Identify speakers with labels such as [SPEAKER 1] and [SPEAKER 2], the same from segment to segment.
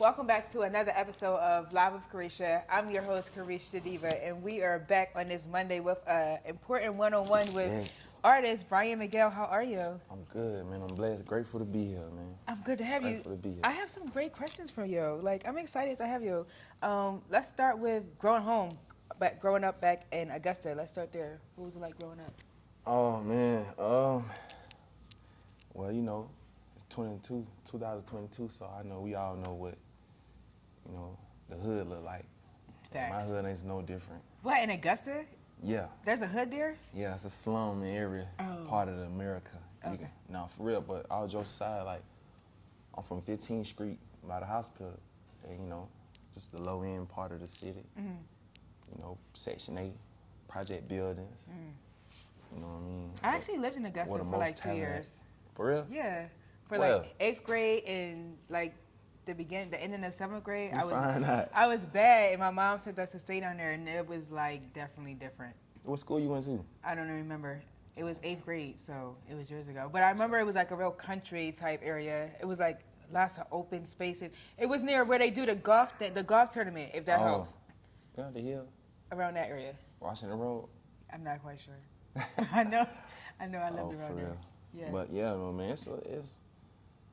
[SPEAKER 1] Welcome back to another episode of Live with Carisha. I'm your host, Karish Sadiva, and we are back on this Monday with an important one on one with
[SPEAKER 2] Yes.
[SPEAKER 1] artist Brian Miguel. How are you?
[SPEAKER 2] I'm good, man. I'm blessed, grateful to be here, man.
[SPEAKER 1] I'm good to have
[SPEAKER 2] Thankful
[SPEAKER 1] you.
[SPEAKER 2] to be here.
[SPEAKER 1] I have some great questions for you. Like, I'm excited to have you. Um, let's start with growing home, but growing up back in Augusta. Let's start there. What was it like growing up?
[SPEAKER 2] Oh man, um, well, you know, it's 22, 2022, so I know we all know what, you know, the hood look like. And
[SPEAKER 1] Facts.
[SPEAKER 2] My hood ain't no different.
[SPEAKER 1] What in Augusta?
[SPEAKER 2] Yeah,
[SPEAKER 1] There's a hood there.
[SPEAKER 2] yeah, it's a slum in every
[SPEAKER 1] Oh.
[SPEAKER 2] part of America. You
[SPEAKER 1] Okay.
[SPEAKER 2] can, now, for real, but all jokes aside, like, I'm from 15th Street by the hospital, and you know, just the low end part of the city.
[SPEAKER 1] Mm-hmm.
[SPEAKER 2] You know, Section 8, project buildings. You know what I mean?
[SPEAKER 1] Mm. I
[SPEAKER 2] But-
[SPEAKER 1] actually lived in Augusta
[SPEAKER 2] Where
[SPEAKER 1] for
[SPEAKER 2] the most
[SPEAKER 1] like two
[SPEAKER 2] talent at.
[SPEAKER 1] years.
[SPEAKER 2] For real?
[SPEAKER 1] Yeah, for
[SPEAKER 2] Well.
[SPEAKER 1] like eighth grade and like the begin, the ending of seventh grade. I was
[SPEAKER 2] find out.
[SPEAKER 1] I was bad, and my mom sent us to stay down there, and it was like definitely different.
[SPEAKER 2] What school you went to?
[SPEAKER 1] I don't remember. It was eighth grade, so it was years ago. But I remember it was like a real country type area. It was like lots of open spaces. It was near where they do the golf the, the golf tournament, if that
[SPEAKER 2] Oh.
[SPEAKER 1] helps,
[SPEAKER 2] Down the hill,
[SPEAKER 1] around that area.
[SPEAKER 2] Washington Road.
[SPEAKER 1] I'm not quite sure. I know, I know, I lived
[SPEAKER 2] oh, for
[SPEAKER 1] around there.
[SPEAKER 2] real.
[SPEAKER 1] Yeah.
[SPEAKER 2] But yeah, no, man, it's, it's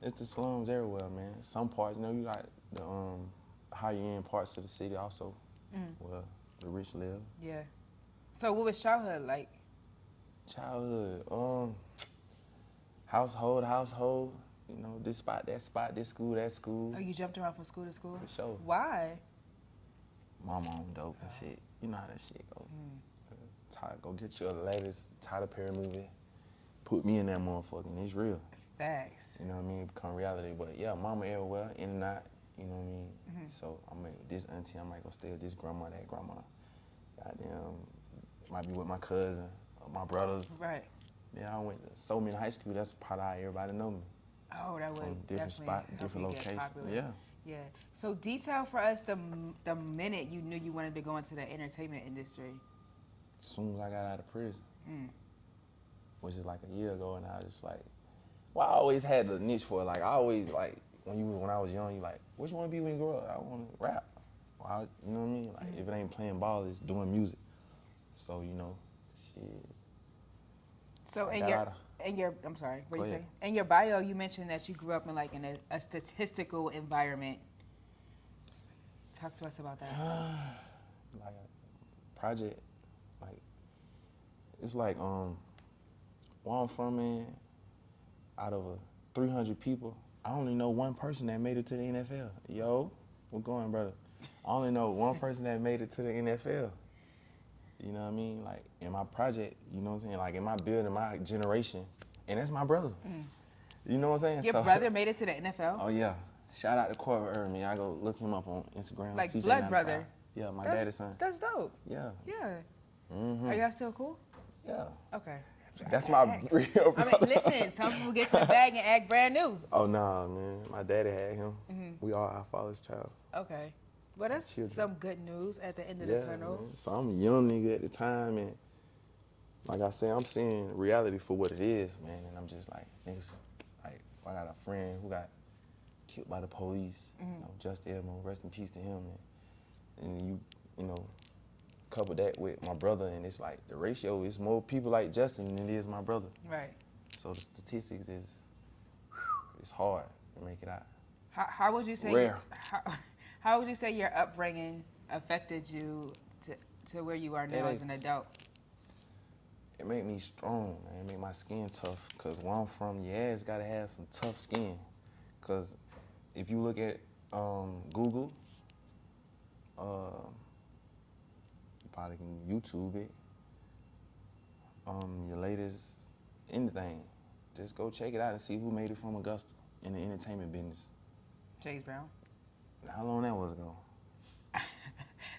[SPEAKER 2] it's the slums everywhere, man. Some parts, you know, you like the um, higher end parts of the city also,
[SPEAKER 1] Mm.
[SPEAKER 2] where the rich live.
[SPEAKER 1] yeah. So what was childhood like?
[SPEAKER 2] Childhood, um, household, household. You know, this spot, that spot, this school, that school.
[SPEAKER 1] Oh, you jumped around from school to school?
[SPEAKER 2] For sure.
[SPEAKER 1] Why?
[SPEAKER 2] my mom dope and shit. You know how that shit go.
[SPEAKER 1] Mm.
[SPEAKER 2] Ty, go get your latest Tyler Perry movie. Put me in that motherfucker. and It's real.
[SPEAKER 1] Facts.
[SPEAKER 2] You know what I mean? Become reality. But yeah, mama everywhere, in and out. You know what I mean?
[SPEAKER 1] Mm-hmm.
[SPEAKER 2] So I'm at this auntie. I might go stay with this grandma, that grandma. Goddamn, might be with my cousin, or my brothers.
[SPEAKER 1] Right. Mm-hmm.
[SPEAKER 2] Yeah, I went to so many high school. That's probably how everybody know me.
[SPEAKER 1] Oh, that would
[SPEAKER 2] From different
[SPEAKER 1] definitely
[SPEAKER 2] spot,
[SPEAKER 1] help
[SPEAKER 2] different
[SPEAKER 1] you get
[SPEAKER 2] location.
[SPEAKER 1] popular.
[SPEAKER 2] Yeah.
[SPEAKER 1] Yeah. So detail for us the m- the minute you knew you wanted to go into the entertainment industry.
[SPEAKER 2] As soon as I got out of prison,
[SPEAKER 1] Mm.
[SPEAKER 2] which is like a year ago, and I was just like, well, I always had the niche for it. Like I always like when you when I was young, you like, what you want to be when you grow up? I want to rap. Well, I, you know what I mean? Like if it ain't playing ball, it's doing music. So you know, shit.
[SPEAKER 1] So
[SPEAKER 2] I
[SPEAKER 1] in
[SPEAKER 2] got
[SPEAKER 1] your
[SPEAKER 2] outta-
[SPEAKER 1] in your I'm sorry, what
[SPEAKER 2] Go
[SPEAKER 1] you say?
[SPEAKER 2] ahead.
[SPEAKER 1] In your bio, you mentioned that you grew up in like in a, a statistical environment. Talk to us about that.
[SPEAKER 2] like a project. Like it's like um where I'm from, man. Out of uh, 300 people, I only know one person that made it to the NFL. Yo, we're going, brother. I only know one person that made it to the NFL. You know what I mean? Like in my project, you know what I'm saying? Like in my building, my generation, and that's my brother. You know what I'm saying?
[SPEAKER 1] Mm. Your
[SPEAKER 2] So-
[SPEAKER 1] brother made it to the NFL.
[SPEAKER 2] Oh yeah. Shout out to Corver Irving. I go look him up on Instagram.
[SPEAKER 1] Like
[SPEAKER 2] CJ95.
[SPEAKER 1] blood brother.
[SPEAKER 2] Yeah, my
[SPEAKER 1] that's,
[SPEAKER 2] daddy's son.
[SPEAKER 1] That's dope.
[SPEAKER 2] Yeah,
[SPEAKER 1] Yeah.
[SPEAKER 2] Mhm.
[SPEAKER 1] Are y'all still cool?
[SPEAKER 2] yeah.
[SPEAKER 1] Okay.
[SPEAKER 2] That's my
[SPEAKER 1] Facts.
[SPEAKER 2] real
[SPEAKER 1] I mean,
[SPEAKER 2] brother.
[SPEAKER 1] listen, some people get to the bag and act brand new.
[SPEAKER 2] Oh nah, man. My daddy had him.
[SPEAKER 1] Mm-hmm.
[SPEAKER 2] We all our father's child.
[SPEAKER 1] Okay. Well, that's
[SPEAKER 2] Children.
[SPEAKER 1] some good news at the end of the tunnel.
[SPEAKER 2] man. So I'm a young nigga at the time, and like I said, I'm seeing reality for what it is, man. And I'm just like, niggas, like I got a friend who got killed by the police. You know, just Elmo, rest in peace to him. And, and you, you know, couple that with my brother, and it's like the ratio is more people like Justin than it is my brother.
[SPEAKER 1] Right.
[SPEAKER 2] So the statistics is, it's hard to make it out.
[SPEAKER 1] How, how would you say
[SPEAKER 2] Rare.
[SPEAKER 1] How, how would you say your upbringing affected you to, to where you are now
[SPEAKER 2] It
[SPEAKER 1] as an adult?
[SPEAKER 2] It made me strong, man. It made my skin tough. Cause where I'm from, your ass gotta have some tough skin. Cause if you look at um, Google, um, you probably can YouTube it. Um, your latest anything, just go check it out and see who made it from Augusta in the entertainment business.
[SPEAKER 1] Chase Brown.
[SPEAKER 2] And How long that was ago?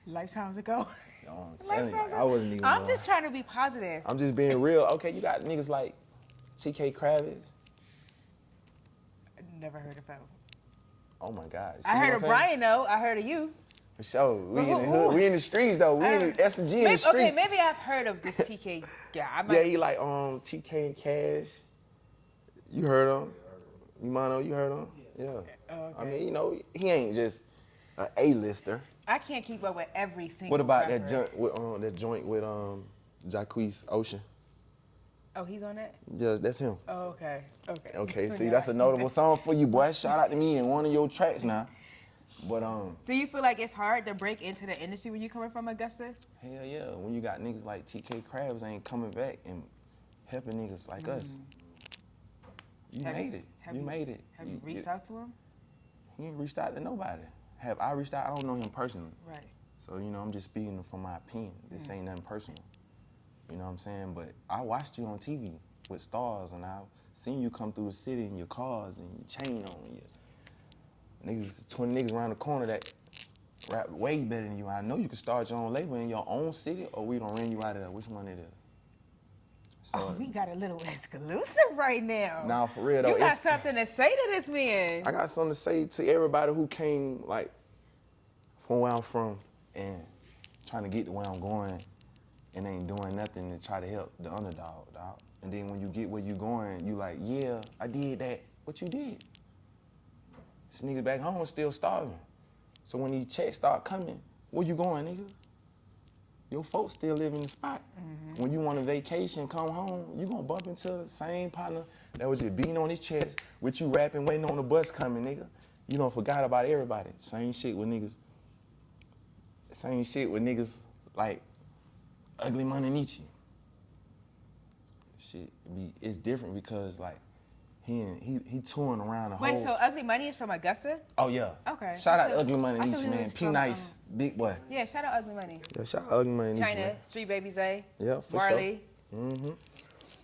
[SPEAKER 1] Lifetimes ago.
[SPEAKER 2] Yo, I'm telling you,
[SPEAKER 1] Lifetimes
[SPEAKER 2] I wasn't even. Uh,
[SPEAKER 1] I'm
[SPEAKER 2] born.
[SPEAKER 1] just trying to be positive.
[SPEAKER 2] I'm just being real. Okay, you got niggas like T.K. Kravitz.
[SPEAKER 1] Never heard of him.
[SPEAKER 2] Oh my God. See
[SPEAKER 1] I
[SPEAKER 2] what
[SPEAKER 1] heard
[SPEAKER 2] I'm
[SPEAKER 1] of
[SPEAKER 2] saying?
[SPEAKER 1] Brian though. I heard of you.
[SPEAKER 2] For sure. We
[SPEAKER 1] But
[SPEAKER 2] in the
[SPEAKER 1] who-
[SPEAKER 2] hood.
[SPEAKER 1] who-
[SPEAKER 2] We in the streets though. We
[SPEAKER 1] I
[SPEAKER 2] in the
[SPEAKER 1] don't-
[SPEAKER 2] S and G in
[SPEAKER 1] Maybe-
[SPEAKER 2] the streets.
[SPEAKER 1] Okay, maybe I've heard of this TK guy. I might,
[SPEAKER 2] Yeah, he like um T.K. and Cash. You heard him? You mono? You heard him? Yeah. Yeah.
[SPEAKER 1] Oh,
[SPEAKER 2] I
[SPEAKER 1] okay.
[SPEAKER 2] mean, you know, he ain't just an A-lister.
[SPEAKER 1] I can't keep up with every single.
[SPEAKER 2] What about that
[SPEAKER 1] rapper.
[SPEAKER 2] joint with um that joint with um Jacquees Ocean?
[SPEAKER 1] Oh, he's on that.
[SPEAKER 2] Yeah, that's him.
[SPEAKER 1] Oh, okay. Okay.
[SPEAKER 2] Okay, see that's a notable song for you, boy. Shout out to me in one of your tracks now. But um
[SPEAKER 1] Do you feel like it's hard to break into the industry when you're coming from Augusta?
[SPEAKER 2] Hell yeah, when you got niggas like TK Krabs ain't coming back and helping niggas like us. You
[SPEAKER 1] Mm-hmm. Have-
[SPEAKER 2] made it.
[SPEAKER 1] have
[SPEAKER 2] You, made it.
[SPEAKER 1] Have you, reached out to him?
[SPEAKER 2] He ain't reached out to nobody. Have I reached out? I don't know him personally.
[SPEAKER 1] Right.
[SPEAKER 2] So, you know, I'm just speaking from my opinion. This
[SPEAKER 1] Mm.
[SPEAKER 2] ain't nothing personal. You know what I'm saying? But I watched you on TV with stars and I've seen you come through the city in your cars and your chain on and your niggas, 20 niggas around the corner that rap way better than you. I know you can start your own label in your own city or we don't ran you out of there. Which one it is? So,
[SPEAKER 1] Oh, we got a little exclusive right now.
[SPEAKER 2] Nah, for real, though,
[SPEAKER 1] You got
[SPEAKER 2] it's-
[SPEAKER 1] something to say to this man.
[SPEAKER 2] I got something to say to everybody who came like from where I'm from and trying to get to where I'm going and ain't doing nothing to try to help the underdog, dog. And then when you get where you going, you like, yeah, I did that. What you did? This nigga back home still starving. So when these checks start coming, where you going, nigga? Your folks still live in the spot.
[SPEAKER 1] Mm-hmm.
[SPEAKER 2] When you on a vacation, come home, you gonna bump into the same partner that was just beating on his chest with you rapping, waiting on the bus coming, nigga. You don't forgot about everybody. Same shit with niggas. Same shit with niggas like Ugly Money Nietzsche. Shit, be, it's different because like he and, he he touring around the
[SPEAKER 1] Wait,
[SPEAKER 2] whole.
[SPEAKER 1] so Ugly Money is from Augusta?
[SPEAKER 2] Oh yeah.
[SPEAKER 1] Okay.
[SPEAKER 2] Shout
[SPEAKER 1] I
[SPEAKER 2] out to
[SPEAKER 1] thought-
[SPEAKER 2] Ugly Money
[SPEAKER 1] I thought
[SPEAKER 2] Nietzsche,
[SPEAKER 1] he was
[SPEAKER 2] man. P
[SPEAKER 1] from,
[SPEAKER 2] Nice, big boy.
[SPEAKER 1] Yeah, shout out Ugly Money.
[SPEAKER 2] Yeah, shout out Ugly Money Nietzsche.
[SPEAKER 1] China,
[SPEAKER 2] man.
[SPEAKER 1] Street Baby Zay,
[SPEAKER 2] Mm-hmm. Yeah, for
[SPEAKER 1] Marley.
[SPEAKER 2] sure.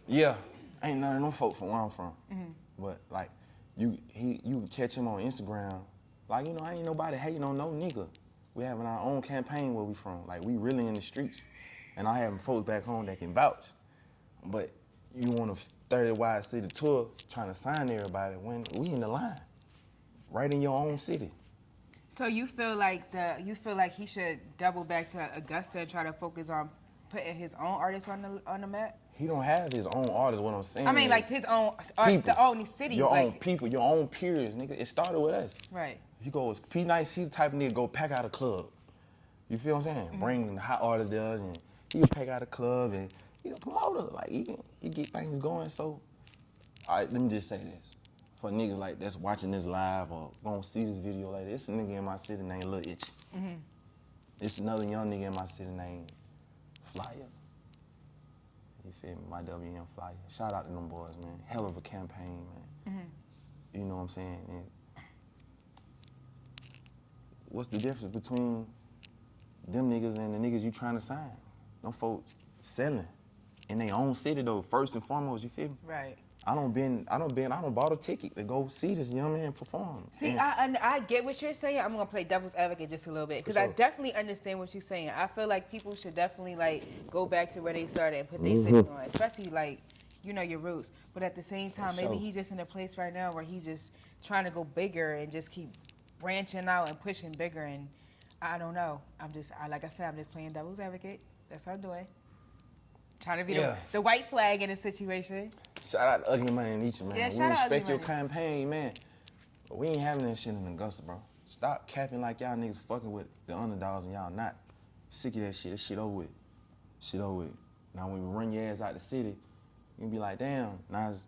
[SPEAKER 2] Yeah, ain't none of them folk from where I'm from.
[SPEAKER 1] Mm-hmm.
[SPEAKER 2] But like, you he you can catch him on Instagram. Like you know, ain't nobody hating on no nigga. We having our own campaign where we from. Like we really in the streets, and I having folks back home that can vouch. But you on a 30 wide city tour trying to sign everybody when we in the line, right in your own city.
[SPEAKER 1] So you feel like the you feel like he should double back to Augusta and try to focus on putting his own artists on the on the map.
[SPEAKER 2] He don't have his own artist. What I'm saying.
[SPEAKER 1] I mean, like
[SPEAKER 2] is
[SPEAKER 1] his own art,
[SPEAKER 2] Mm. people.
[SPEAKER 1] the only city,
[SPEAKER 2] Your
[SPEAKER 1] like
[SPEAKER 2] own people, your own peers, nigga. It started with us.
[SPEAKER 1] right.
[SPEAKER 2] He goes, P Nice, he the type of nigga go pack out a club. You feel what I'm saying? Bring the hot artist does and he'll pack out a club and he's a promoter. Like he can he get things going. So all right, let me just say this. For niggas like that's watching this live or gonna see this video later, it's a nigga in my city named Lil Itch. It's another young nigga in my city named Flyer. You feel me? My WM Flyer. Shout out to them boys, man. Hell of a campaign, man. You know what I'm saying? And what's the difference between them niggas and the niggas you trying to sign? Them folks selling in their own city though. First and foremost, you feel me?
[SPEAKER 1] Right.
[SPEAKER 2] I don't been, I don't been, I don't bought a ticket to go see this young man perform.
[SPEAKER 1] See,
[SPEAKER 2] And-
[SPEAKER 1] I, und- I get what you're saying. I'm gonna play devil's advocate just a little bit because I
[SPEAKER 2] sure.
[SPEAKER 1] definitely understand what you're saying. I feel like people should definitely like go back to where they started and put
[SPEAKER 2] Mm-hmm.
[SPEAKER 1] their city on, especially like you know your roots. But at the same time, maybe
[SPEAKER 2] sure.
[SPEAKER 1] he's just in a place right now where he's just trying to go bigger and just keep branching out and pushing bigger. And I don't know. I'm just I, like I said, I'm just playing devil's advocate. That's what I'm doing. Trying to be
[SPEAKER 2] Yeah.
[SPEAKER 1] the, the white flag in a situation.
[SPEAKER 2] shout out to Ugly Money and Nietzsche, man.
[SPEAKER 1] Yeah,
[SPEAKER 2] we
[SPEAKER 1] shout out
[SPEAKER 2] respect
[SPEAKER 1] Ugly
[SPEAKER 2] your
[SPEAKER 1] Money.
[SPEAKER 2] campaign, man. But we ain't having that shit in Augusta, bro. Stop capping like y'all niggas fucking with the underdogs and y'all not. Sick of that shit. That shit over with. Shit over with. Now when we run your ass out the city, you be like, damn, now it's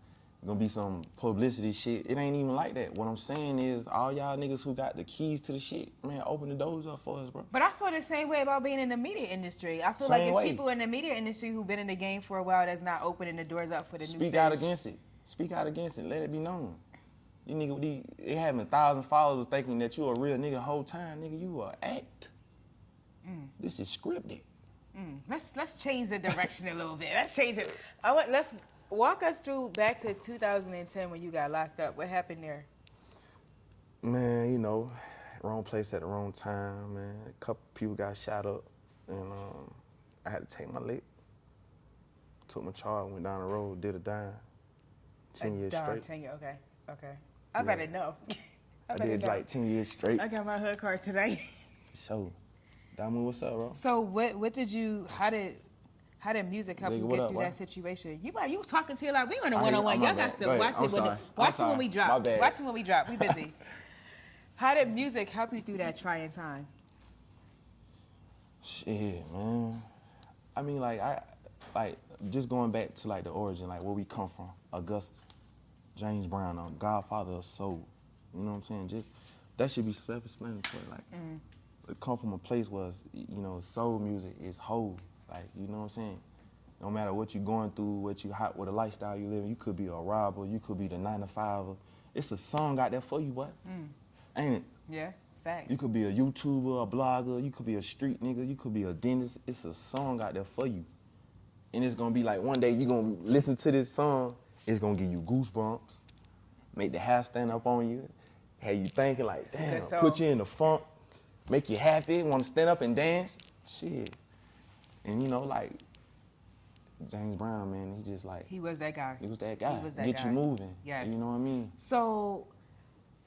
[SPEAKER 2] gonna be some publicity shit. It ain't even like that. What I'm saying is all y'all niggas who got the keys to the shit, man, open the doors up for us, bro.
[SPEAKER 1] But I feel the same way about being in the media industry. I feel like
[SPEAKER 2] Same
[SPEAKER 1] it's
[SPEAKER 2] way.
[SPEAKER 1] people in the media industry who've been in the game for a while that's not opening the doors up for the new
[SPEAKER 2] Speak out
[SPEAKER 1] face.
[SPEAKER 2] against it. Speak out against it. Let it be known. You nigga, with these- they having a thousand followers thinking that you a real nigga the whole time. Nigga, you a act.
[SPEAKER 1] Mm.
[SPEAKER 2] This is scripted.
[SPEAKER 1] Let's let's change the direction a little bit. Let's change it. I want let's walk us through back to 2010 when you got locked up. What happened there?
[SPEAKER 2] Man, you know, wrong place at the wrong time, man. A couple people got shot up, and um, I had to take my lick. Took my charge, went down the road, did a dime. Ten years
[SPEAKER 1] Dom,
[SPEAKER 2] straight.
[SPEAKER 1] tenure. Okay. Okay. I better know. I
[SPEAKER 2] I
[SPEAKER 1] better
[SPEAKER 2] did
[SPEAKER 1] know.
[SPEAKER 2] like ten years straight.
[SPEAKER 1] I got my hood card today.
[SPEAKER 2] So, Diamond, what's up, bro?
[SPEAKER 1] So what what did you how did How did music help
[SPEAKER 2] Nigga,
[SPEAKER 1] you
[SPEAKER 2] what
[SPEAKER 1] get
[SPEAKER 2] up,
[SPEAKER 1] through
[SPEAKER 2] what?
[SPEAKER 1] that situation? You like you was talking to you like we on a
[SPEAKER 2] I ain't-
[SPEAKER 1] one on one.
[SPEAKER 2] I'm my
[SPEAKER 1] Y'all got
[SPEAKER 2] bad.
[SPEAKER 1] to
[SPEAKER 2] Go ahead.
[SPEAKER 1] watch
[SPEAKER 2] I'm
[SPEAKER 1] it. When,
[SPEAKER 2] sorry. I'm
[SPEAKER 1] watch it when
[SPEAKER 2] sorry.
[SPEAKER 1] we
[SPEAKER 2] My
[SPEAKER 1] drop.
[SPEAKER 2] bad.
[SPEAKER 1] Watch it when we drop. We busy. How did music help you through that trying time?
[SPEAKER 2] Shit, man. I mean, like I, like just going back to like the origin, like where we come from. Augusta, James Brown, um, Godfather of Soul. You know what I'm saying? Just that should be self-explanatory. Like, it come from a place where it's, you know soul music is whole. Like, you know what I'm saying? No matter what you going through, what you hot, what the lifestyle you living, you could be a robber, you could be the nine to fiver. It's a song out there for you, what? Ain't it?
[SPEAKER 1] Yeah, facts.
[SPEAKER 2] You could be a YouTuber, a blogger, you could be a street nigga, you could be a dentist. It's a song out there for you. And it's gonna be like one day you gonna listen to this song, it's gonna give you goosebumps, make the hair stand up on you, have you thinking like,
[SPEAKER 1] a
[SPEAKER 2] damn,
[SPEAKER 1] good
[SPEAKER 2] put
[SPEAKER 1] song.
[SPEAKER 2] you in the funk, make you happy, wanna stand up and dance. Shit. And you know, like, James Brown, man, he just like,
[SPEAKER 1] he was that guy.
[SPEAKER 2] he was that guy.
[SPEAKER 1] was that
[SPEAKER 2] Get
[SPEAKER 1] guy.
[SPEAKER 2] you moving.
[SPEAKER 1] Yes.
[SPEAKER 2] You know what I mean?
[SPEAKER 1] So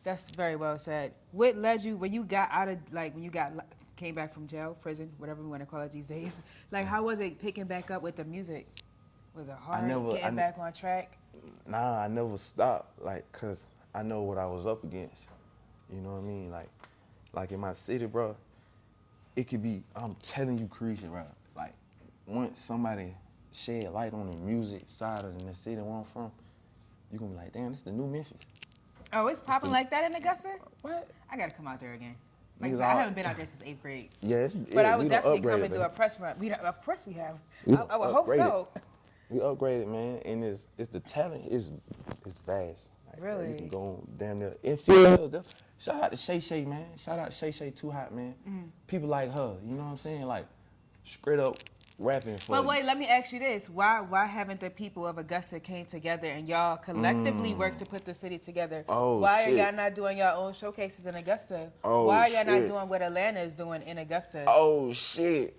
[SPEAKER 1] that's very well said. What led you when you got out of like when you got li- came back from jail, prison, whatever we want to call it these days? Like, how was it picking back up with the music? Was it hard
[SPEAKER 2] never- I
[SPEAKER 1] getting
[SPEAKER 2] ne-
[SPEAKER 1] back on track?
[SPEAKER 2] nah, I never stopped, like, cause I know what I was up against. You know what I mean? Like, like in my city, bro, it could be, I'm telling you, creation, bro. Like, once somebody shed light on the music side of the city where I'm from, you gonna be like, damn, this the new Memphis.
[SPEAKER 1] Oh, it's popping
[SPEAKER 2] the-
[SPEAKER 1] like that in Augusta.
[SPEAKER 2] What?
[SPEAKER 1] I gotta come out there again. Like I,
[SPEAKER 2] Niggas
[SPEAKER 1] said, I
[SPEAKER 2] all-
[SPEAKER 1] haven't been out there since eighth grade.
[SPEAKER 2] Yeah, it's,
[SPEAKER 1] But
[SPEAKER 2] yeah,
[SPEAKER 1] I would
[SPEAKER 2] we done
[SPEAKER 1] definitely come
[SPEAKER 2] upgraded,
[SPEAKER 1] and do a
[SPEAKER 2] baby.
[SPEAKER 1] press run. We don't- of course we have.
[SPEAKER 2] We
[SPEAKER 1] I, I would hope
[SPEAKER 2] upgraded.
[SPEAKER 1] so.
[SPEAKER 2] We upgraded, man, and it's it's the talent is is vast. Like, bro,
[SPEAKER 1] Really?
[SPEAKER 2] you can go on damn near infield. Shout out to Shay Shay, man. Shout out Shay Shay Too Hot, man.
[SPEAKER 1] Mm.
[SPEAKER 2] People like her, you know what I'm saying? Like straight up rapping for.
[SPEAKER 1] But wait, let me ask you this: Why why haven't the people of Augusta came together and y'all collectively worked to put the city together?
[SPEAKER 2] Mm. Oh,
[SPEAKER 1] why
[SPEAKER 2] shit.
[SPEAKER 1] are y'all not doing y'all own showcases in Augusta?
[SPEAKER 2] Oh,
[SPEAKER 1] why are y'all not
[SPEAKER 2] shit.
[SPEAKER 1] doing what Atlanta is doing in Augusta?
[SPEAKER 2] Oh shit!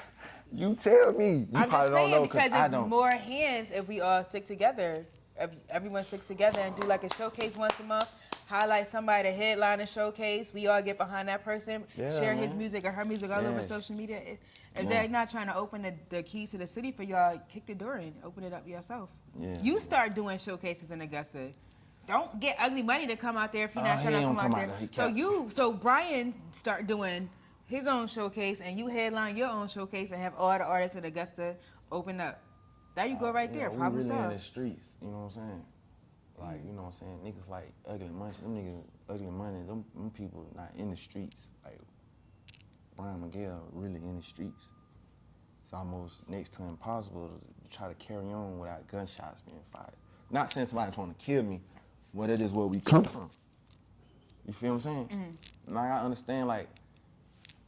[SPEAKER 2] you tell me. You
[SPEAKER 1] I'm
[SPEAKER 2] probably
[SPEAKER 1] just saying
[SPEAKER 2] don't know
[SPEAKER 1] because
[SPEAKER 2] I
[SPEAKER 1] it's
[SPEAKER 2] don't.
[SPEAKER 1] more hands if we all stick together. If everyone sticks together and do like a showcase once a month. Highlight somebody, the headline a showcase. We all get behind that person,
[SPEAKER 2] Yeah,
[SPEAKER 1] share his
[SPEAKER 2] man.
[SPEAKER 1] music or her music all over
[SPEAKER 2] Yes.
[SPEAKER 1] social media. If
[SPEAKER 2] Yeah.
[SPEAKER 1] they're not trying to open the, the keys to the city for y'all, kick the door in, open it up yourself.
[SPEAKER 2] Yeah.
[SPEAKER 1] You start doing showcases in Augusta. Don't get ugly money to come out there if you're not
[SPEAKER 2] Uh, he
[SPEAKER 1] trying to
[SPEAKER 2] ain't
[SPEAKER 1] come
[SPEAKER 2] gonna
[SPEAKER 1] out
[SPEAKER 2] come out
[SPEAKER 1] there.
[SPEAKER 2] there. He
[SPEAKER 1] so
[SPEAKER 2] cap.
[SPEAKER 1] you, so Brian start doing his own showcase, and you headline your own showcase, and have all the artists in Augusta open up. There you go, right
[SPEAKER 2] Oh, Yeah,
[SPEAKER 1] there.
[SPEAKER 2] we
[SPEAKER 1] Problem
[SPEAKER 2] really in the
[SPEAKER 1] solved.
[SPEAKER 2] streets. You know what I'm saying? Like you know what I'm saying? Niggas like ugly money. Them niggas ugly money. Them, them people not in the streets. Like Brian Miguel really in the streets. It's almost next to impossible to try to carry on without gunshots being fired. Not saying somebody's trying to kill me, but that is where we come from. You feel what I'm saying?
[SPEAKER 1] Mm-hmm.
[SPEAKER 2] Like I understand. Like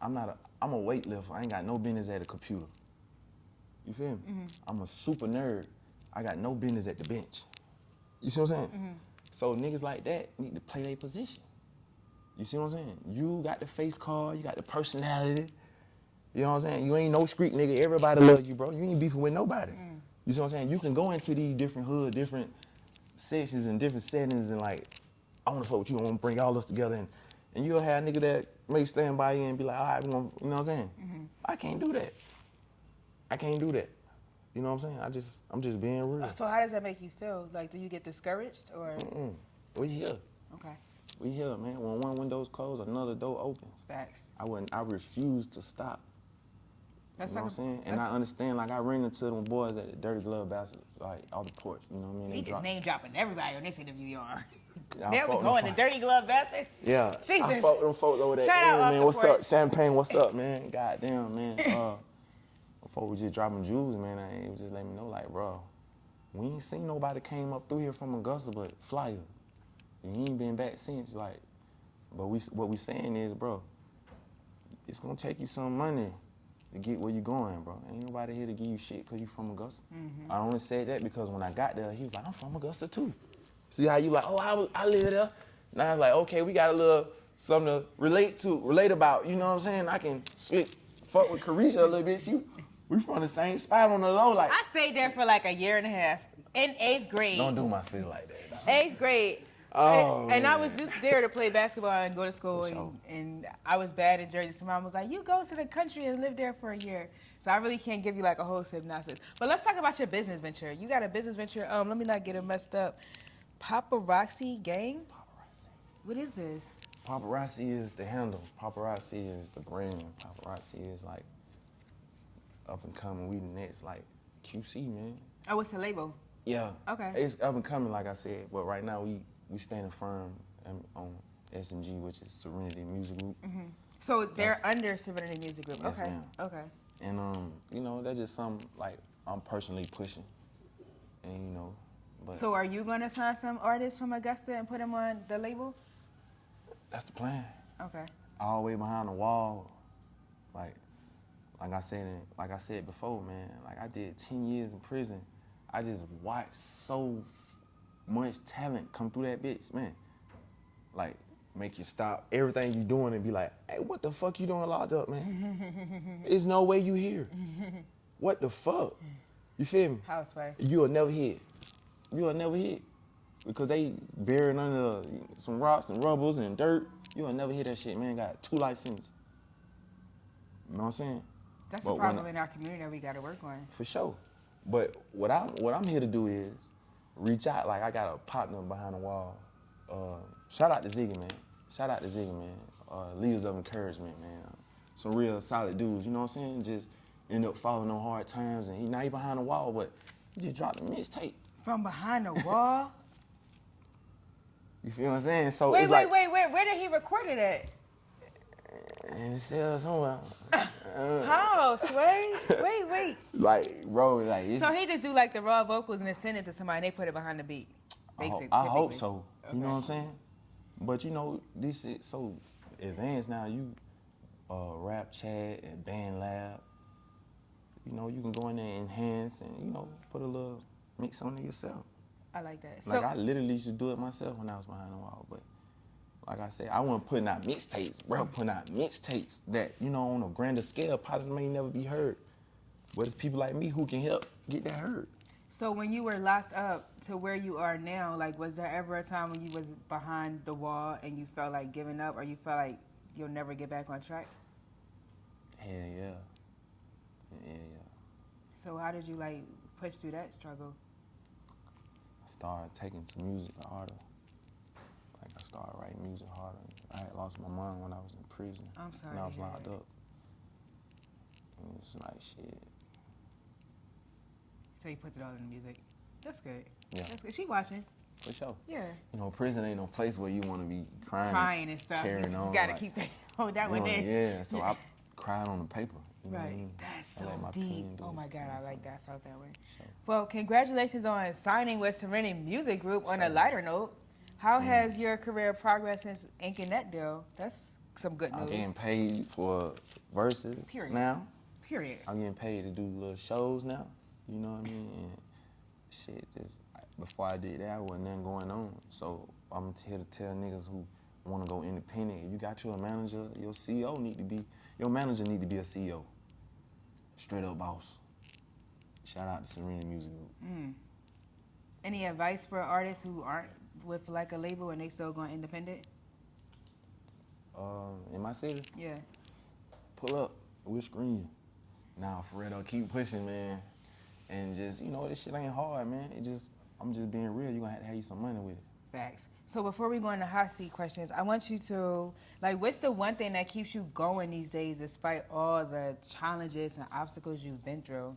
[SPEAKER 2] I'm not a. I'm a weightlifter. I ain't got no business at a computer. You feel me? I'm a super nerd. I got no business at the bench. You see what I'm saying? So niggas like that need to play their position. You see what I'm saying? You got the face card, you got the personality. You know what I'm saying? You ain't no street nigga. Everybody love you, bro. You ain't beefing with nobody. You see what I'm saying? You can go into these different hood, different sections and different settings and like, I wanna fuck with you, I wanna bring all us together and and you'll have a nigga that may stand by you and be like, all right, we gonna, you know what I'm saying? I can't do that. I can't do that. You know what I'm saying? I just I'm just being real.
[SPEAKER 1] So how does that make you feel? Like, do you get discouraged or?
[SPEAKER 2] Mm. We here.
[SPEAKER 1] Okay,
[SPEAKER 2] We here, man. When one window's closed, another door opens.
[SPEAKER 1] facts.
[SPEAKER 2] I wouldn't I refuse to stop.
[SPEAKER 1] That's
[SPEAKER 2] you know what I'm saying? And I
[SPEAKER 1] that's-
[SPEAKER 2] understand, like I ran into them boys at the Dirty Glove Bastards, like all the porch, you know what I mean? They
[SPEAKER 1] He just
[SPEAKER 2] dropped-
[SPEAKER 1] name dropping everybody on this interview, y'all.
[SPEAKER 2] Yeah, I
[SPEAKER 1] there we
[SPEAKER 2] fought them
[SPEAKER 1] going, the
[SPEAKER 2] fine.
[SPEAKER 1] dirty glove bastard.
[SPEAKER 2] Yeah. I
[SPEAKER 1] Jesus.
[SPEAKER 2] fought them folks over there.
[SPEAKER 1] Shout out off
[SPEAKER 2] man,
[SPEAKER 1] the
[SPEAKER 2] what's
[SPEAKER 1] porch.
[SPEAKER 2] up? Champagne, what's up, man? Goddamn, man. Uh folks was just dropping jewels, man. I, it was just letting me know, like, bro, we ain't seen nobody came up through here from Augusta but Flyer. And he ain't been back since, like, but we what we saying is, bro, it's gonna take you some money to get where you going, bro. Ain't nobody here to give you shit because you from Augusta. I only said that because when I got there, he was like, I'm from Augusta too. See how you like, oh, I, was- I live there. Now it's like, okay, we got a little something to relate to, relate about. You know what I'm saying? I can shit, fuck with Carisha a little bit. She, we from the same spot on the low. Like,
[SPEAKER 1] I stayed there for like a year and a half in eighth grade.
[SPEAKER 2] don't do my shit like that. dog.
[SPEAKER 1] eighth grade,
[SPEAKER 2] Oh,
[SPEAKER 1] and, and I
[SPEAKER 2] man.
[SPEAKER 1] was just there to play basketball and go to school,
[SPEAKER 2] For
[SPEAKER 1] and,
[SPEAKER 2] sure.
[SPEAKER 1] and I was bad in Jersey. So mom was like, "You go to the country and live there for a year." So I really can't give you like a whole synopsis. But let's talk about your business venture. You got a business venture. Um, let me not get it messed up. Paparazzi gang.
[SPEAKER 2] Paparazzi.
[SPEAKER 1] What is this?
[SPEAKER 2] Paparazzi is the handle. Paparazzi is the brand. Paparazzi is like up and coming. We the next like QC man.
[SPEAKER 1] Oh, it's a label.
[SPEAKER 2] Yeah.
[SPEAKER 1] Okay.
[SPEAKER 2] It's up and coming, like I said. But right now we we standing firm um, on SMG, which is Serenity Music Group.
[SPEAKER 1] Mm-hmm. So they're
[SPEAKER 2] Yes.
[SPEAKER 1] under Serenity Music Group.
[SPEAKER 2] Yes,
[SPEAKER 1] okay.
[SPEAKER 2] ma'am.
[SPEAKER 1] Okay.
[SPEAKER 2] And um, you know, that's just something like I'm personally pushing. And you know, but
[SPEAKER 1] So are you gonna sign some artists from Augusta and put them on the label?
[SPEAKER 2] that's the plan.
[SPEAKER 1] Okay.
[SPEAKER 2] All the way behind the wall, like like I said, in- like I said before, man. Like I did 10 years in prison. I just watched so much talent come through that bitch, man. Like make you stop everything you doing and be like, hey, what the fuck you doing locked up, man? There's no way you here. What the fuck? You feel me?
[SPEAKER 1] Houseway.
[SPEAKER 2] you'll never hit. You'll never hit because they buried under some rocks and rubbles and dirt. You'll never hit that shit, man. Got two licenses. You know what I'm saying?
[SPEAKER 1] That's
[SPEAKER 2] But
[SPEAKER 1] a
[SPEAKER 2] when
[SPEAKER 1] problem
[SPEAKER 2] I-
[SPEAKER 1] in our community that we gotta work on.
[SPEAKER 2] For sure. But what I'm what I'm here to do is reach out. Like I got a partner behind the wall. Uh, shout out to Ziggy, man. Shout out to Ziggy, man. Uh, leaders of encouragement, man. Some real solid dudes. You know what I'm saying? Just end up falling on hard times, and he now he behind the wall, but he just dropped a mixtape.
[SPEAKER 1] From behind the wall.
[SPEAKER 2] You feel what I'm saying? So
[SPEAKER 1] wait,
[SPEAKER 2] it's
[SPEAKER 1] wait,
[SPEAKER 2] like,
[SPEAKER 1] wait, wait. Where did he record it at?
[SPEAKER 2] And it's still somewhere. Mm.
[SPEAKER 1] How, Sway? Wait, wait.
[SPEAKER 2] like, bro, like it's,
[SPEAKER 1] So he just do like the raw vocals and then send it to somebody and they put it behind the beat.
[SPEAKER 2] I, ho-
[SPEAKER 1] Basic,
[SPEAKER 2] I hope
[SPEAKER 1] typically.
[SPEAKER 2] so. You know what I'm saying? But you know, this is so advanced now. You uh, rap chat and band lab. You know, you can go in there and enhance and you know put a little mix on it yourself.
[SPEAKER 1] I like that. So
[SPEAKER 2] Like I literally used to do it myself when I was behind the wall, but. Like I said, I wasn't putting out mixtapes, bro. Putting out mixtapes that you know on a grander scale, probably may never be heard. But it's people like me who can help get that heard.
[SPEAKER 1] so when you were locked up to where you are now, like was there ever a time when you was behind the wall and you felt like giving up or you felt like you'll never get back on track?
[SPEAKER 2] Hell yeah. Yeah, yeah.
[SPEAKER 1] So how did you like push through that struggle?
[SPEAKER 2] I started taking to music harder. Like I started writing music harder. I had lost my mom when I was in prison.
[SPEAKER 1] I'm sorry
[SPEAKER 2] When I
[SPEAKER 1] to
[SPEAKER 2] was
[SPEAKER 1] hear
[SPEAKER 2] locked
[SPEAKER 1] that.
[SPEAKER 2] up. And it's like shit.
[SPEAKER 1] So you put it all in the music. That's good.
[SPEAKER 2] Yeah.
[SPEAKER 1] That's good. She watching.
[SPEAKER 2] For sure.
[SPEAKER 1] Yeah.
[SPEAKER 2] You know, prison ain't no place where you want to be crying.
[SPEAKER 1] Crying and stuff.
[SPEAKER 2] Carrying
[SPEAKER 1] you
[SPEAKER 2] on.
[SPEAKER 1] gotta
[SPEAKER 2] like,
[SPEAKER 1] keep that hold that
[SPEAKER 2] you
[SPEAKER 1] one
[SPEAKER 2] know,
[SPEAKER 1] in.
[SPEAKER 2] Oh, Yeah. So I cried on the paper. You know what I
[SPEAKER 1] Right.
[SPEAKER 2] mean?
[SPEAKER 1] That's
[SPEAKER 2] I
[SPEAKER 1] so
[SPEAKER 2] let my
[SPEAKER 1] deep.
[SPEAKER 2] pen do
[SPEAKER 1] Oh
[SPEAKER 2] it.
[SPEAKER 1] my God, I like that. I felt that way.
[SPEAKER 2] Sure.
[SPEAKER 1] Well, congratulations on signing with Serenity Music Group. On a lighter note, how has your career progressed since inking that deal? That's some good
[SPEAKER 2] I'm
[SPEAKER 1] news.
[SPEAKER 2] getting paid for verses
[SPEAKER 1] Period.
[SPEAKER 2] now.
[SPEAKER 1] Period.
[SPEAKER 2] I'm getting paid to do little shows now. You know what I mean? And shit, just I- before I did that, wasn't nothing going on. So I'm t- here to tell niggas who want to go independent. If you got you a manager, your CEO need to be your manager need to be a CEO. Straight up boss. Shout out to Serena Music Group.
[SPEAKER 1] Mm. Any advice for artists who aren't with like a label and they still going independent?
[SPEAKER 2] Um, in my city,
[SPEAKER 1] Yeah.
[SPEAKER 2] pull up. We'll screen you. Nah, for real though, keep pushing, man. And just you know, this shit ain't hard, man. It just I'm just being real. You gonna have to have you some money with it.
[SPEAKER 1] Facts. So before we go into hot seat questions, I want you to like, what's the one thing that keeps you going these days, despite all the challenges and obstacles you've been through?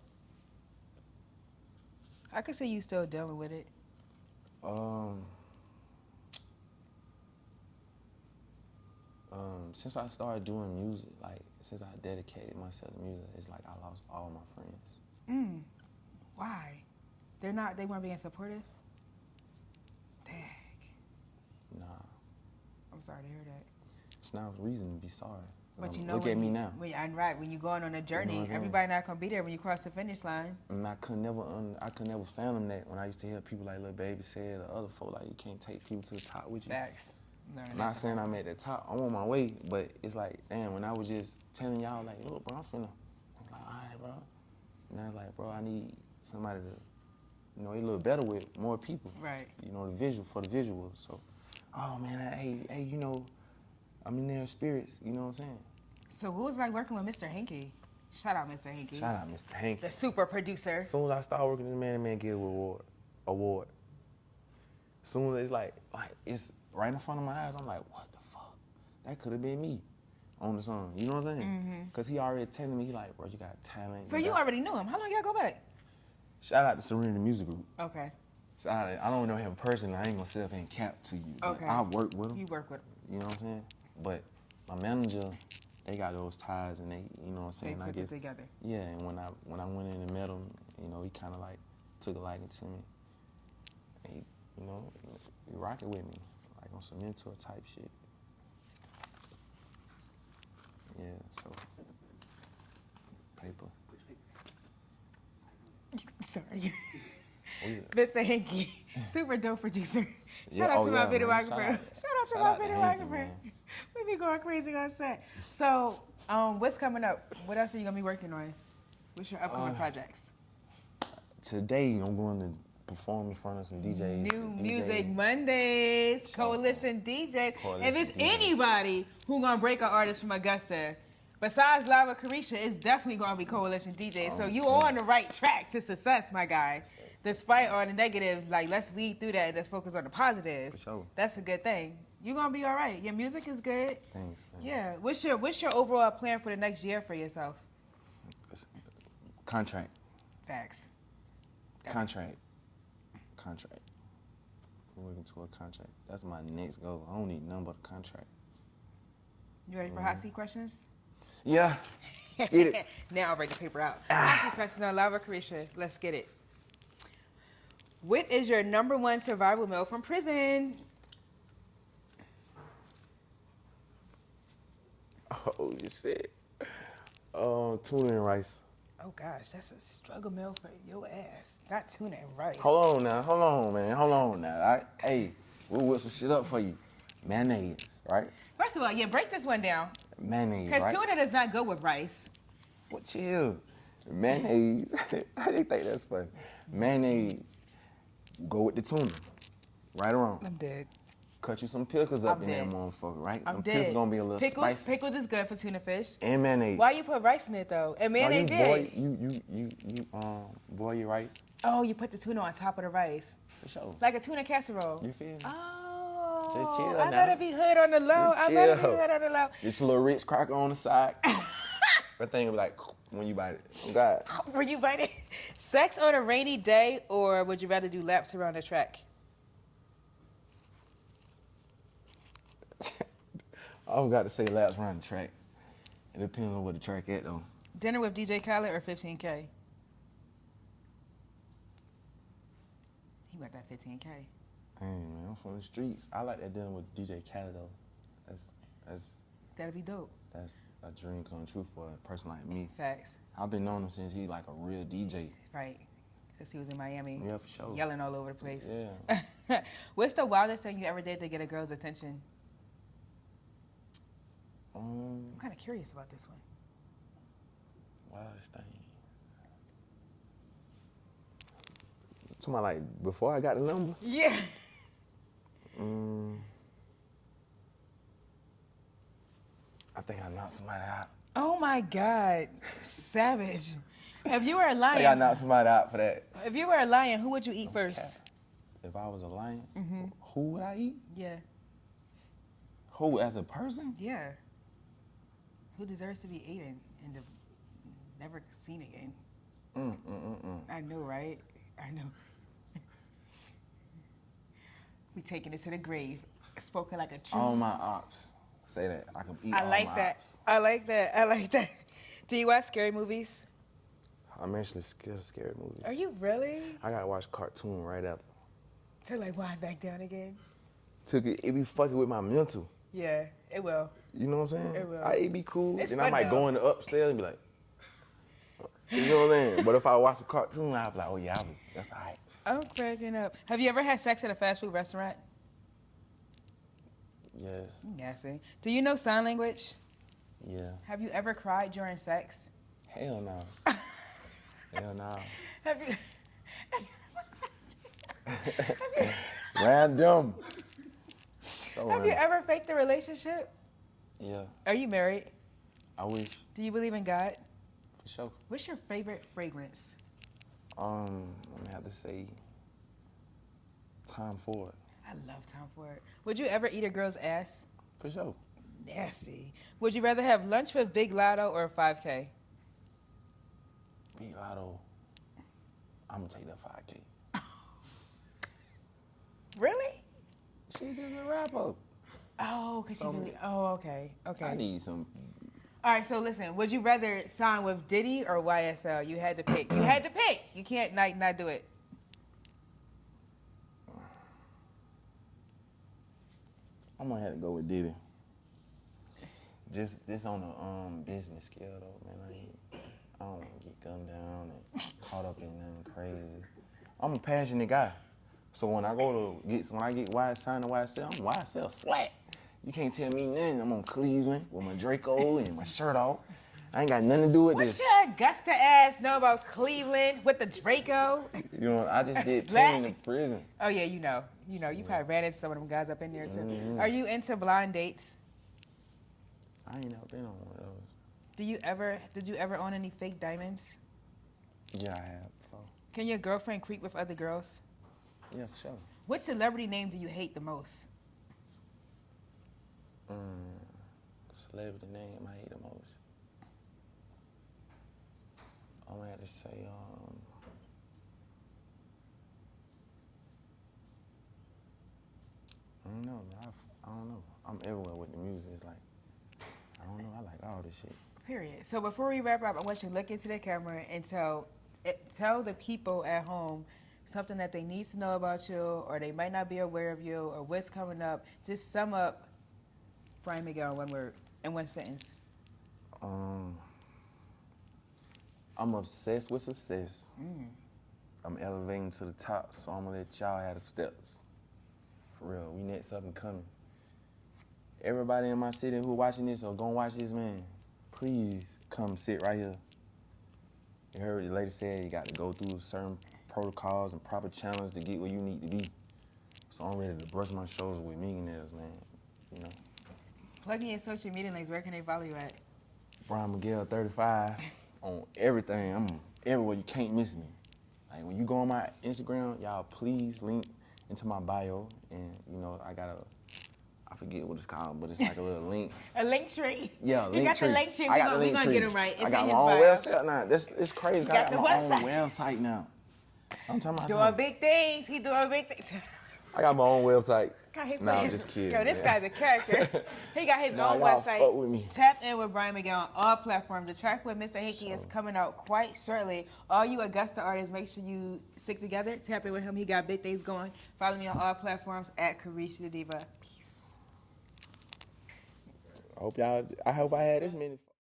[SPEAKER 1] I could see you still dealing with it.
[SPEAKER 2] Um, um, since I started doing music, like since I dedicated myself to music, it's like I lost all my friends.
[SPEAKER 1] Mm. Why? They're not. They weren't being supportive. Dang.
[SPEAKER 2] Nah,
[SPEAKER 1] I'm sorry to hear that.
[SPEAKER 2] it's not a reason to be sorry.
[SPEAKER 1] But
[SPEAKER 2] Um,
[SPEAKER 1] you know,
[SPEAKER 2] look
[SPEAKER 1] when
[SPEAKER 2] at me
[SPEAKER 1] you-
[SPEAKER 2] now.
[SPEAKER 1] When, and right, when you're going on a journey,
[SPEAKER 2] I'm saying?
[SPEAKER 1] everybody not gonna be there when you cross the finish line.
[SPEAKER 2] And I could never, un- I could never fathom that when I used to hear people like Lil Baby say or other folk like you can't take people to the top with you.
[SPEAKER 1] Facts. Learn
[SPEAKER 2] I'm
[SPEAKER 1] that.
[SPEAKER 2] not saying I'm at the top. I'm on my way, but it's like, damn, when I was just telling y'all, like, look, bro, I'm finna. I'm like, all right, bro. And I was like, bro, I need somebody to, you know, a little better with more people.
[SPEAKER 1] Right.
[SPEAKER 2] You know, the visual for the visual. So oh man, I, hey, hey, you know, I'm in there in spirits. You know what I'm saying?
[SPEAKER 1] So what was it like working with Mr. Henke? Shout out, Mr. Henke,
[SPEAKER 2] Shout out, Mr. Hank.
[SPEAKER 1] the super producer.
[SPEAKER 2] As soon as I start working in the Man to Man Get Award, award. Soon as it's like, like it's right in front of my eyes. I'm like, what the fuck? That could have been me on the song. You know what I'm saying? Because he already telling me, he like, bro, you got talent.
[SPEAKER 1] Mm-hmm. So you
[SPEAKER 2] got-"
[SPEAKER 1] already knew him. How long y'all go back?
[SPEAKER 2] shout out to Serena the Music Group.
[SPEAKER 1] Okay.
[SPEAKER 2] Shout out, to- I don't know him personally. I ain't gonna sit up and cap to you. Like,
[SPEAKER 1] Okay.
[SPEAKER 2] I work with him.
[SPEAKER 1] You work with him.
[SPEAKER 2] You know what I'm saying? But my manager, they got those ties and they, you know what
[SPEAKER 1] They
[SPEAKER 2] I'm saying? I
[SPEAKER 1] put it
[SPEAKER 2] guess.
[SPEAKER 1] together.
[SPEAKER 2] Yeah, and when I when I went in and met him, you know, he kind of like took a liking to me. And he, you know, he rocking with me, like on some mentor type shit. Yeah, so paper.
[SPEAKER 1] Sorry.
[SPEAKER 2] Oh, yeah.
[SPEAKER 1] Mr. Henke, super dope producer.
[SPEAKER 2] Yeah,
[SPEAKER 1] Shout out
[SPEAKER 2] oh,
[SPEAKER 1] to my
[SPEAKER 2] yeah, man.
[SPEAKER 1] videographer.
[SPEAKER 2] Shout
[SPEAKER 1] Shout out,
[SPEAKER 2] out.
[SPEAKER 1] to
[SPEAKER 2] Shout
[SPEAKER 1] my
[SPEAKER 2] out to Henke,
[SPEAKER 1] videographer.
[SPEAKER 2] man.
[SPEAKER 1] we be going crazy on set. So, um, what's coming up? What else are you gonna be working on? What's your upcoming
[SPEAKER 2] Uh,
[SPEAKER 1] projects?
[SPEAKER 2] Today I'm going to perform in front of some DJs.
[SPEAKER 1] New
[SPEAKER 2] DJ
[SPEAKER 1] Music Mondays,
[SPEAKER 2] Shout out.
[SPEAKER 1] Coalition DJs. if
[SPEAKER 2] Coalition
[SPEAKER 1] it's
[SPEAKER 2] DJs.
[SPEAKER 1] anybody who gonna break an artist from Augusta, besides Lava Carisha, it's definitely gonna be Coalition DJs. So you
[SPEAKER 2] Okay.
[SPEAKER 1] on the right track to success, my guy. Despite all the negative, like let's weed through that and let's focus on the positive.
[SPEAKER 2] For sure.
[SPEAKER 1] That's a good thing. You're gonna be all right. Your music is good.
[SPEAKER 2] Thanks, man.
[SPEAKER 1] Yeah. What's your what's your overall plan for the next year for yourself?
[SPEAKER 2] Contract.
[SPEAKER 1] Facts.
[SPEAKER 2] Contract. Contract. I'm working toward contract. That's my next goal. I don't need nothing but a contract.
[SPEAKER 1] You ready for hot
[SPEAKER 2] Mm.
[SPEAKER 1] seat questions?
[SPEAKER 2] Yeah. Let's get it.
[SPEAKER 1] now I'll write the paper out. Hot seat questions on Lava Carisha. Let's get it. What is your number one survival meal from prison?
[SPEAKER 2] Holy shit. Um, tuna and rice.
[SPEAKER 1] Oh gosh, that's a struggle meal for your ass. Not tuna and rice.
[SPEAKER 2] Hold on now. Hold on, man. Hold on now. All right. Hey, we'll whip some shit up for you. Mayonnaise, right?
[SPEAKER 1] First of all, yeah, break this one down.
[SPEAKER 2] Mayonnaise,
[SPEAKER 1] Because
[SPEAKER 2] right?
[SPEAKER 1] tuna does not go with rice.
[SPEAKER 2] What chill? Mayonnaise. I didn't think that's funny. Mayonnaise. Go with the tuna. Right or wrong.
[SPEAKER 1] I'm dead.
[SPEAKER 2] Cut you some pickles up
[SPEAKER 1] I'm
[SPEAKER 2] in
[SPEAKER 1] dead.
[SPEAKER 2] that motherfucker, right?
[SPEAKER 1] I'm
[SPEAKER 2] Them
[SPEAKER 1] dead.
[SPEAKER 2] pickles gonna be a little
[SPEAKER 1] pickles,
[SPEAKER 2] spicy.
[SPEAKER 1] Pickles is good for tuna fish.
[SPEAKER 2] and mayonnaise.
[SPEAKER 1] Why you put rice in it though? And
[SPEAKER 2] Now,
[SPEAKER 1] mayonnaise
[SPEAKER 2] you boil,
[SPEAKER 1] in.
[SPEAKER 2] you, you, you, you, um, boil your rice.
[SPEAKER 1] Oh, you put the tuna on top of the rice.
[SPEAKER 2] For sure.
[SPEAKER 1] Like a tuna casserole.
[SPEAKER 2] you feel me?
[SPEAKER 1] Oh.
[SPEAKER 2] Just chill
[SPEAKER 1] I
[SPEAKER 2] now.
[SPEAKER 1] better be hood on the low.
[SPEAKER 2] Just
[SPEAKER 1] I better be
[SPEAKER 2] chill.
[SPEAKER 1] hood on the low.
[SPEAKER 2] It's a little Ritz cracker on the side. that thing will be like when you bite it. Oh God.
[SPEAKER 1] Were you biting? Sex on a rainy day, or would you rather do laps around the track?
[SPEAKER 2] I've got to say laps around the track. It depends on where the track at though.
[SPEAKER 1] Dinner with DJ Khaled or 15K? He went that 15K.
[SPEAKER 2] Hey man, I'm from the streets. I like that dinner with DJ Khaled though. That's that's
[SPEAKER 1] That'd be dope.
[SPEAKER 2] that's a dream come true for a person like me.
[SPEAKER 1] Facts.
[SPEAKER 2] I've been knowing him since he like a real DJ.
[SPEAKER 1] Right. Since he was in Miami.
[SPEAKER 2] Yeah, for sure.
[SPEAKER 1] Yelling all over the place.
[SPEAKER 2] Yeah.
[SPEAKER 1] What's the wildest thing you ever did to get a girl's attention?
[SPEAKER 2] Um,
[SPEAKER 1] I'm kind of curious about this one.
[SPEAKER 2] wildest thing. To my like before I got the number.
[SPEAKER 1] Yeah.
[SPEAKER 2] Mm, I think I knocked somebody out.
[SPEAKER 1] Oh my God. Savage. If you were a
[SPEAKER 2] I think I
[SPEAKER 1] lion,
[SPEAKER 2] knocked somebody out for that.
[SPEAKER 1] if you were a lion, who would you eat first?
[SPEAKER 2] If I was a lion,
[SPEAKER 1] Mm-hmm.
[SPEAKER 2] who would I eat?
[SPEAKER 1] Yeah.
[SPEAKER 2] Who as a person?
[SPEAKER 1] Yeah. Who deserves to be eaten and to never seen again?
[SPEAKER 2] Mm, mm, mm, mm.
[SPEAKER 1] I know, right? I know. we taking it to the grave. Spoken like a true.
[SPEAKER 2] All my ops. Say that. I can eat
[SPEAKER 1] Mm-hmm. I
[SPEAKER 2] all
[SPEAKER 1] like
[SPEAKER 2] my
[SPEAKER 1] that.
[SPEAKER 2] ops.
[SPEAKER 1] I like that. I like that. Do you watch scary movies?
[SPEAKER 2] I'm actually scared of scary movies.
[SPEAKER 1] Are you really?
[SPEAKER 2] I gotta watch cartoon right after.
[SPEAKER 1] To like wind back down again?
[SPEAKER 2] Took it, it be fucking with my mental.
[SPEAKER 1] Yeah, it will.
[SPEAKER 2] You know what I'm
[SPEAKER 1] It
[SPEAKER 2] saying?
[SPEAKER 1] will.
[SPEAKER 2] I it be cool.
[SPEAKER 1] It's
[SPEAKER 2] and I
[SPEAKER 1] fun,
[SPEAKER 2] might
[SPEAKER 1] though.
[SPEAKER 2] go in the upstairs and be like, you know what I'm saying? But if I watch a cartoon, I'll be like, oh yeah, I was, that's all right.
[SPEAKER 1] I'm cracking up. Have you ever had sex at a fast food restaurant?
[SPEAKER 2] Yes.
[SPEAKER 1] Nasty. Do you know sign language?
[SPEAKER 2] Yeah.
[SPEAKER 1] Have you ever cried during sex?
[SPEAKER 2] Hell no. Hell no.
[SPEAKER 1] Have you?
[SPEAKER 2] Random. So
[SPEAKER 1] Have you
[SPEAKER 2] random.
[SPEAKER 1] ever faked a relationship?
[SPEAKER 2] Yeah,
[SPEAKER 1] Are you married?
[SPEAKER 2] I wish
[SPEAKER 1] Do you believe in God?
[SPEAKER 2] for sure.
[SPEAKER 1] What's your favorite fragrance?
[SPEAKER 2] Um, I'm gonna have to say Tom Ford
[SPEAKER 1] I love Tom Ford. Would you ever eat a girl's ass?
[SPEAKER 2] for sure.
[SPEAKER 1] Nasty. Would you rather have lunch with Big Lotto or a 5K?
[SPEAKER 2] Big Lotto. I'm gonna take that five K.
[SPEAKER 1] Really?
[SPEAKER 2] She's just a wrap up.
[SPEAKER 1] Oh, cause
[SPEAKER 2] Some-
[SPEAKER 1] you really, oh, okay,
[SPEAKER 2] I
[SPEAKER 1] okay.
[SPEAKER 2] need some.
[SPEAKER 1] All right, so listen, would you rather sign with Diddy or YSL? You had to pick. You had to pick. You can't not, not do it.
[SPEAKER 2] I'm gonna have to go with Diddy. Just, just on the um business scale though, man. I, ain't, I don't wanna get gunned down and caught up in nothing crazy. I'm a passionate guy, so when I go to get, when I get wide signed to YSL, I'm YSL slack. You can't tell me nothing. I'm on Cleveland with my Draco and my shirt off. I ain't got nothing to do with
[SPEAKER 1] What's
[SPEAKER 2] this.
[SPEAKER 1] your Augusta ass know about Cleveland with the Draco?
[SPEAKER 2] You know, I just did
[SPEAKER 1] Slack.
[SPEAKER 2] ten in prison.
[SPEAKER 1] Oh yeah, you know, you know, you probably ran into some of them guys up in there too. Are you into blind dates?
[SPEAKER 2] I ain't never been on one of those.
[SPEAKER 1] Do you ever? Did you ever own any fake diamonds?
[SPEAKER 2] Yeah, I have. before.
[SPEAKER 1] Can your girlfriend creep with other girls?
[SPEAKER 2] Yeah, for sure.
[SPEAKER 1] What celebrity name do you hate the most?
[SPEAKER 2] Mm. Celebrity name I hate the most. I'm gonna have to say, um, I don't know, man. I've, I don't know. I'm everywhere with the music. It's like, I don't know. I like all this shit.
[SPEAKER 1] Period. So before we wrap up, I want you to look into the camera and tell eh, tell the people at home something that they need to know about you, or they might not be aware of you, or what's coming up. Just sum up Brian Miguel in one word, in one sentence.
[SPEAKER 2] Um, I'm obsessed with success. I'm elevating to the top, so I'm gonna let y'all have the steps. For real, we next up and coming. Everybody in my city who watching this or gonna watch this, man, please come sit right here. You heard what the lady said, you got to go through certain protocols and proper channels to get where you need to be. So I'm ready to brush my shoulders with millionaires, man. You know,
[SPEAKER 1] Plug in your social media links. Where can they follow you at?
[SPEAKER 2] Brian Miguel 35 on everything. I'm everywhere. You can't miss me. Like when you go on my Instagram, y'all please link into my bio. And you know, I got a I forget what it's called, but it's like a little link.
[SPEAKER 1] A link tree.
[SPEAKER 2] Yeah,
[SPEAKER 1] you
[SPEAKER 2] link
[SPEAKER 1] got
[SPEAKER 2] tree.
[SPEAKER 1] the link tree.
[SPEAKER 2] I
[SPEAKER 1] We
[SPEAKER 2] got
[SPEAKER 1] gonna,
[SPEAKER 2] the
[SPEAKER 1] we
[SPEAKER 2] link
[SPEAKER 1] gonna get
[SPEAKER 2] tree.
[SPEAKER 1] them right. It's
[SPEAKER 2] I got
[SPEAKER 1] in
[SPEAKER 2] my
[SPEAKER 1] his
[SPEAKER 2] own
[SPEAKER 1] bio.
[SPEAKER 2] website now. That's it's crazy. I
[SPEAKER 1] got
[SPEAKER 2] got,
[SPEAKER 1] the
[SPEAKER 2] my own website now. I'm talking about
[SPEAKER 1] Doing
[SPEAKER 2] something.
[SPEAKER 1] big things. He doing big things.
[SPEAKER 2] I got my own website.
[SPEAKER 1] God, he
[SPEAKER 2] Nah, I'm
[SPEAKER 1] plays-
[SPEAKER 2] just kidding.
[SPEAKER 1] Yo, this
[SPEAKER 2] man.
[SPEAKER 1] guy's a character. he got his
[SPEAKER 2] Nah,
[SPEAKER 1] own
[SPEAKER 2] y'all
[SPEAKER 1] website.
[SPEAKER 2] fuck with me.
[SPEAKER 1] Tap in with Brian McGill on all platforms. The track with Mr. Hickey is coming out quite shortly. All you Augusta artists, make sure you stick together. Tap in with him. He got big things going. Follow me on all platforms at Carisha the Diva. Peace.
[SPEAKER 2] I hope y'all I hope I had this many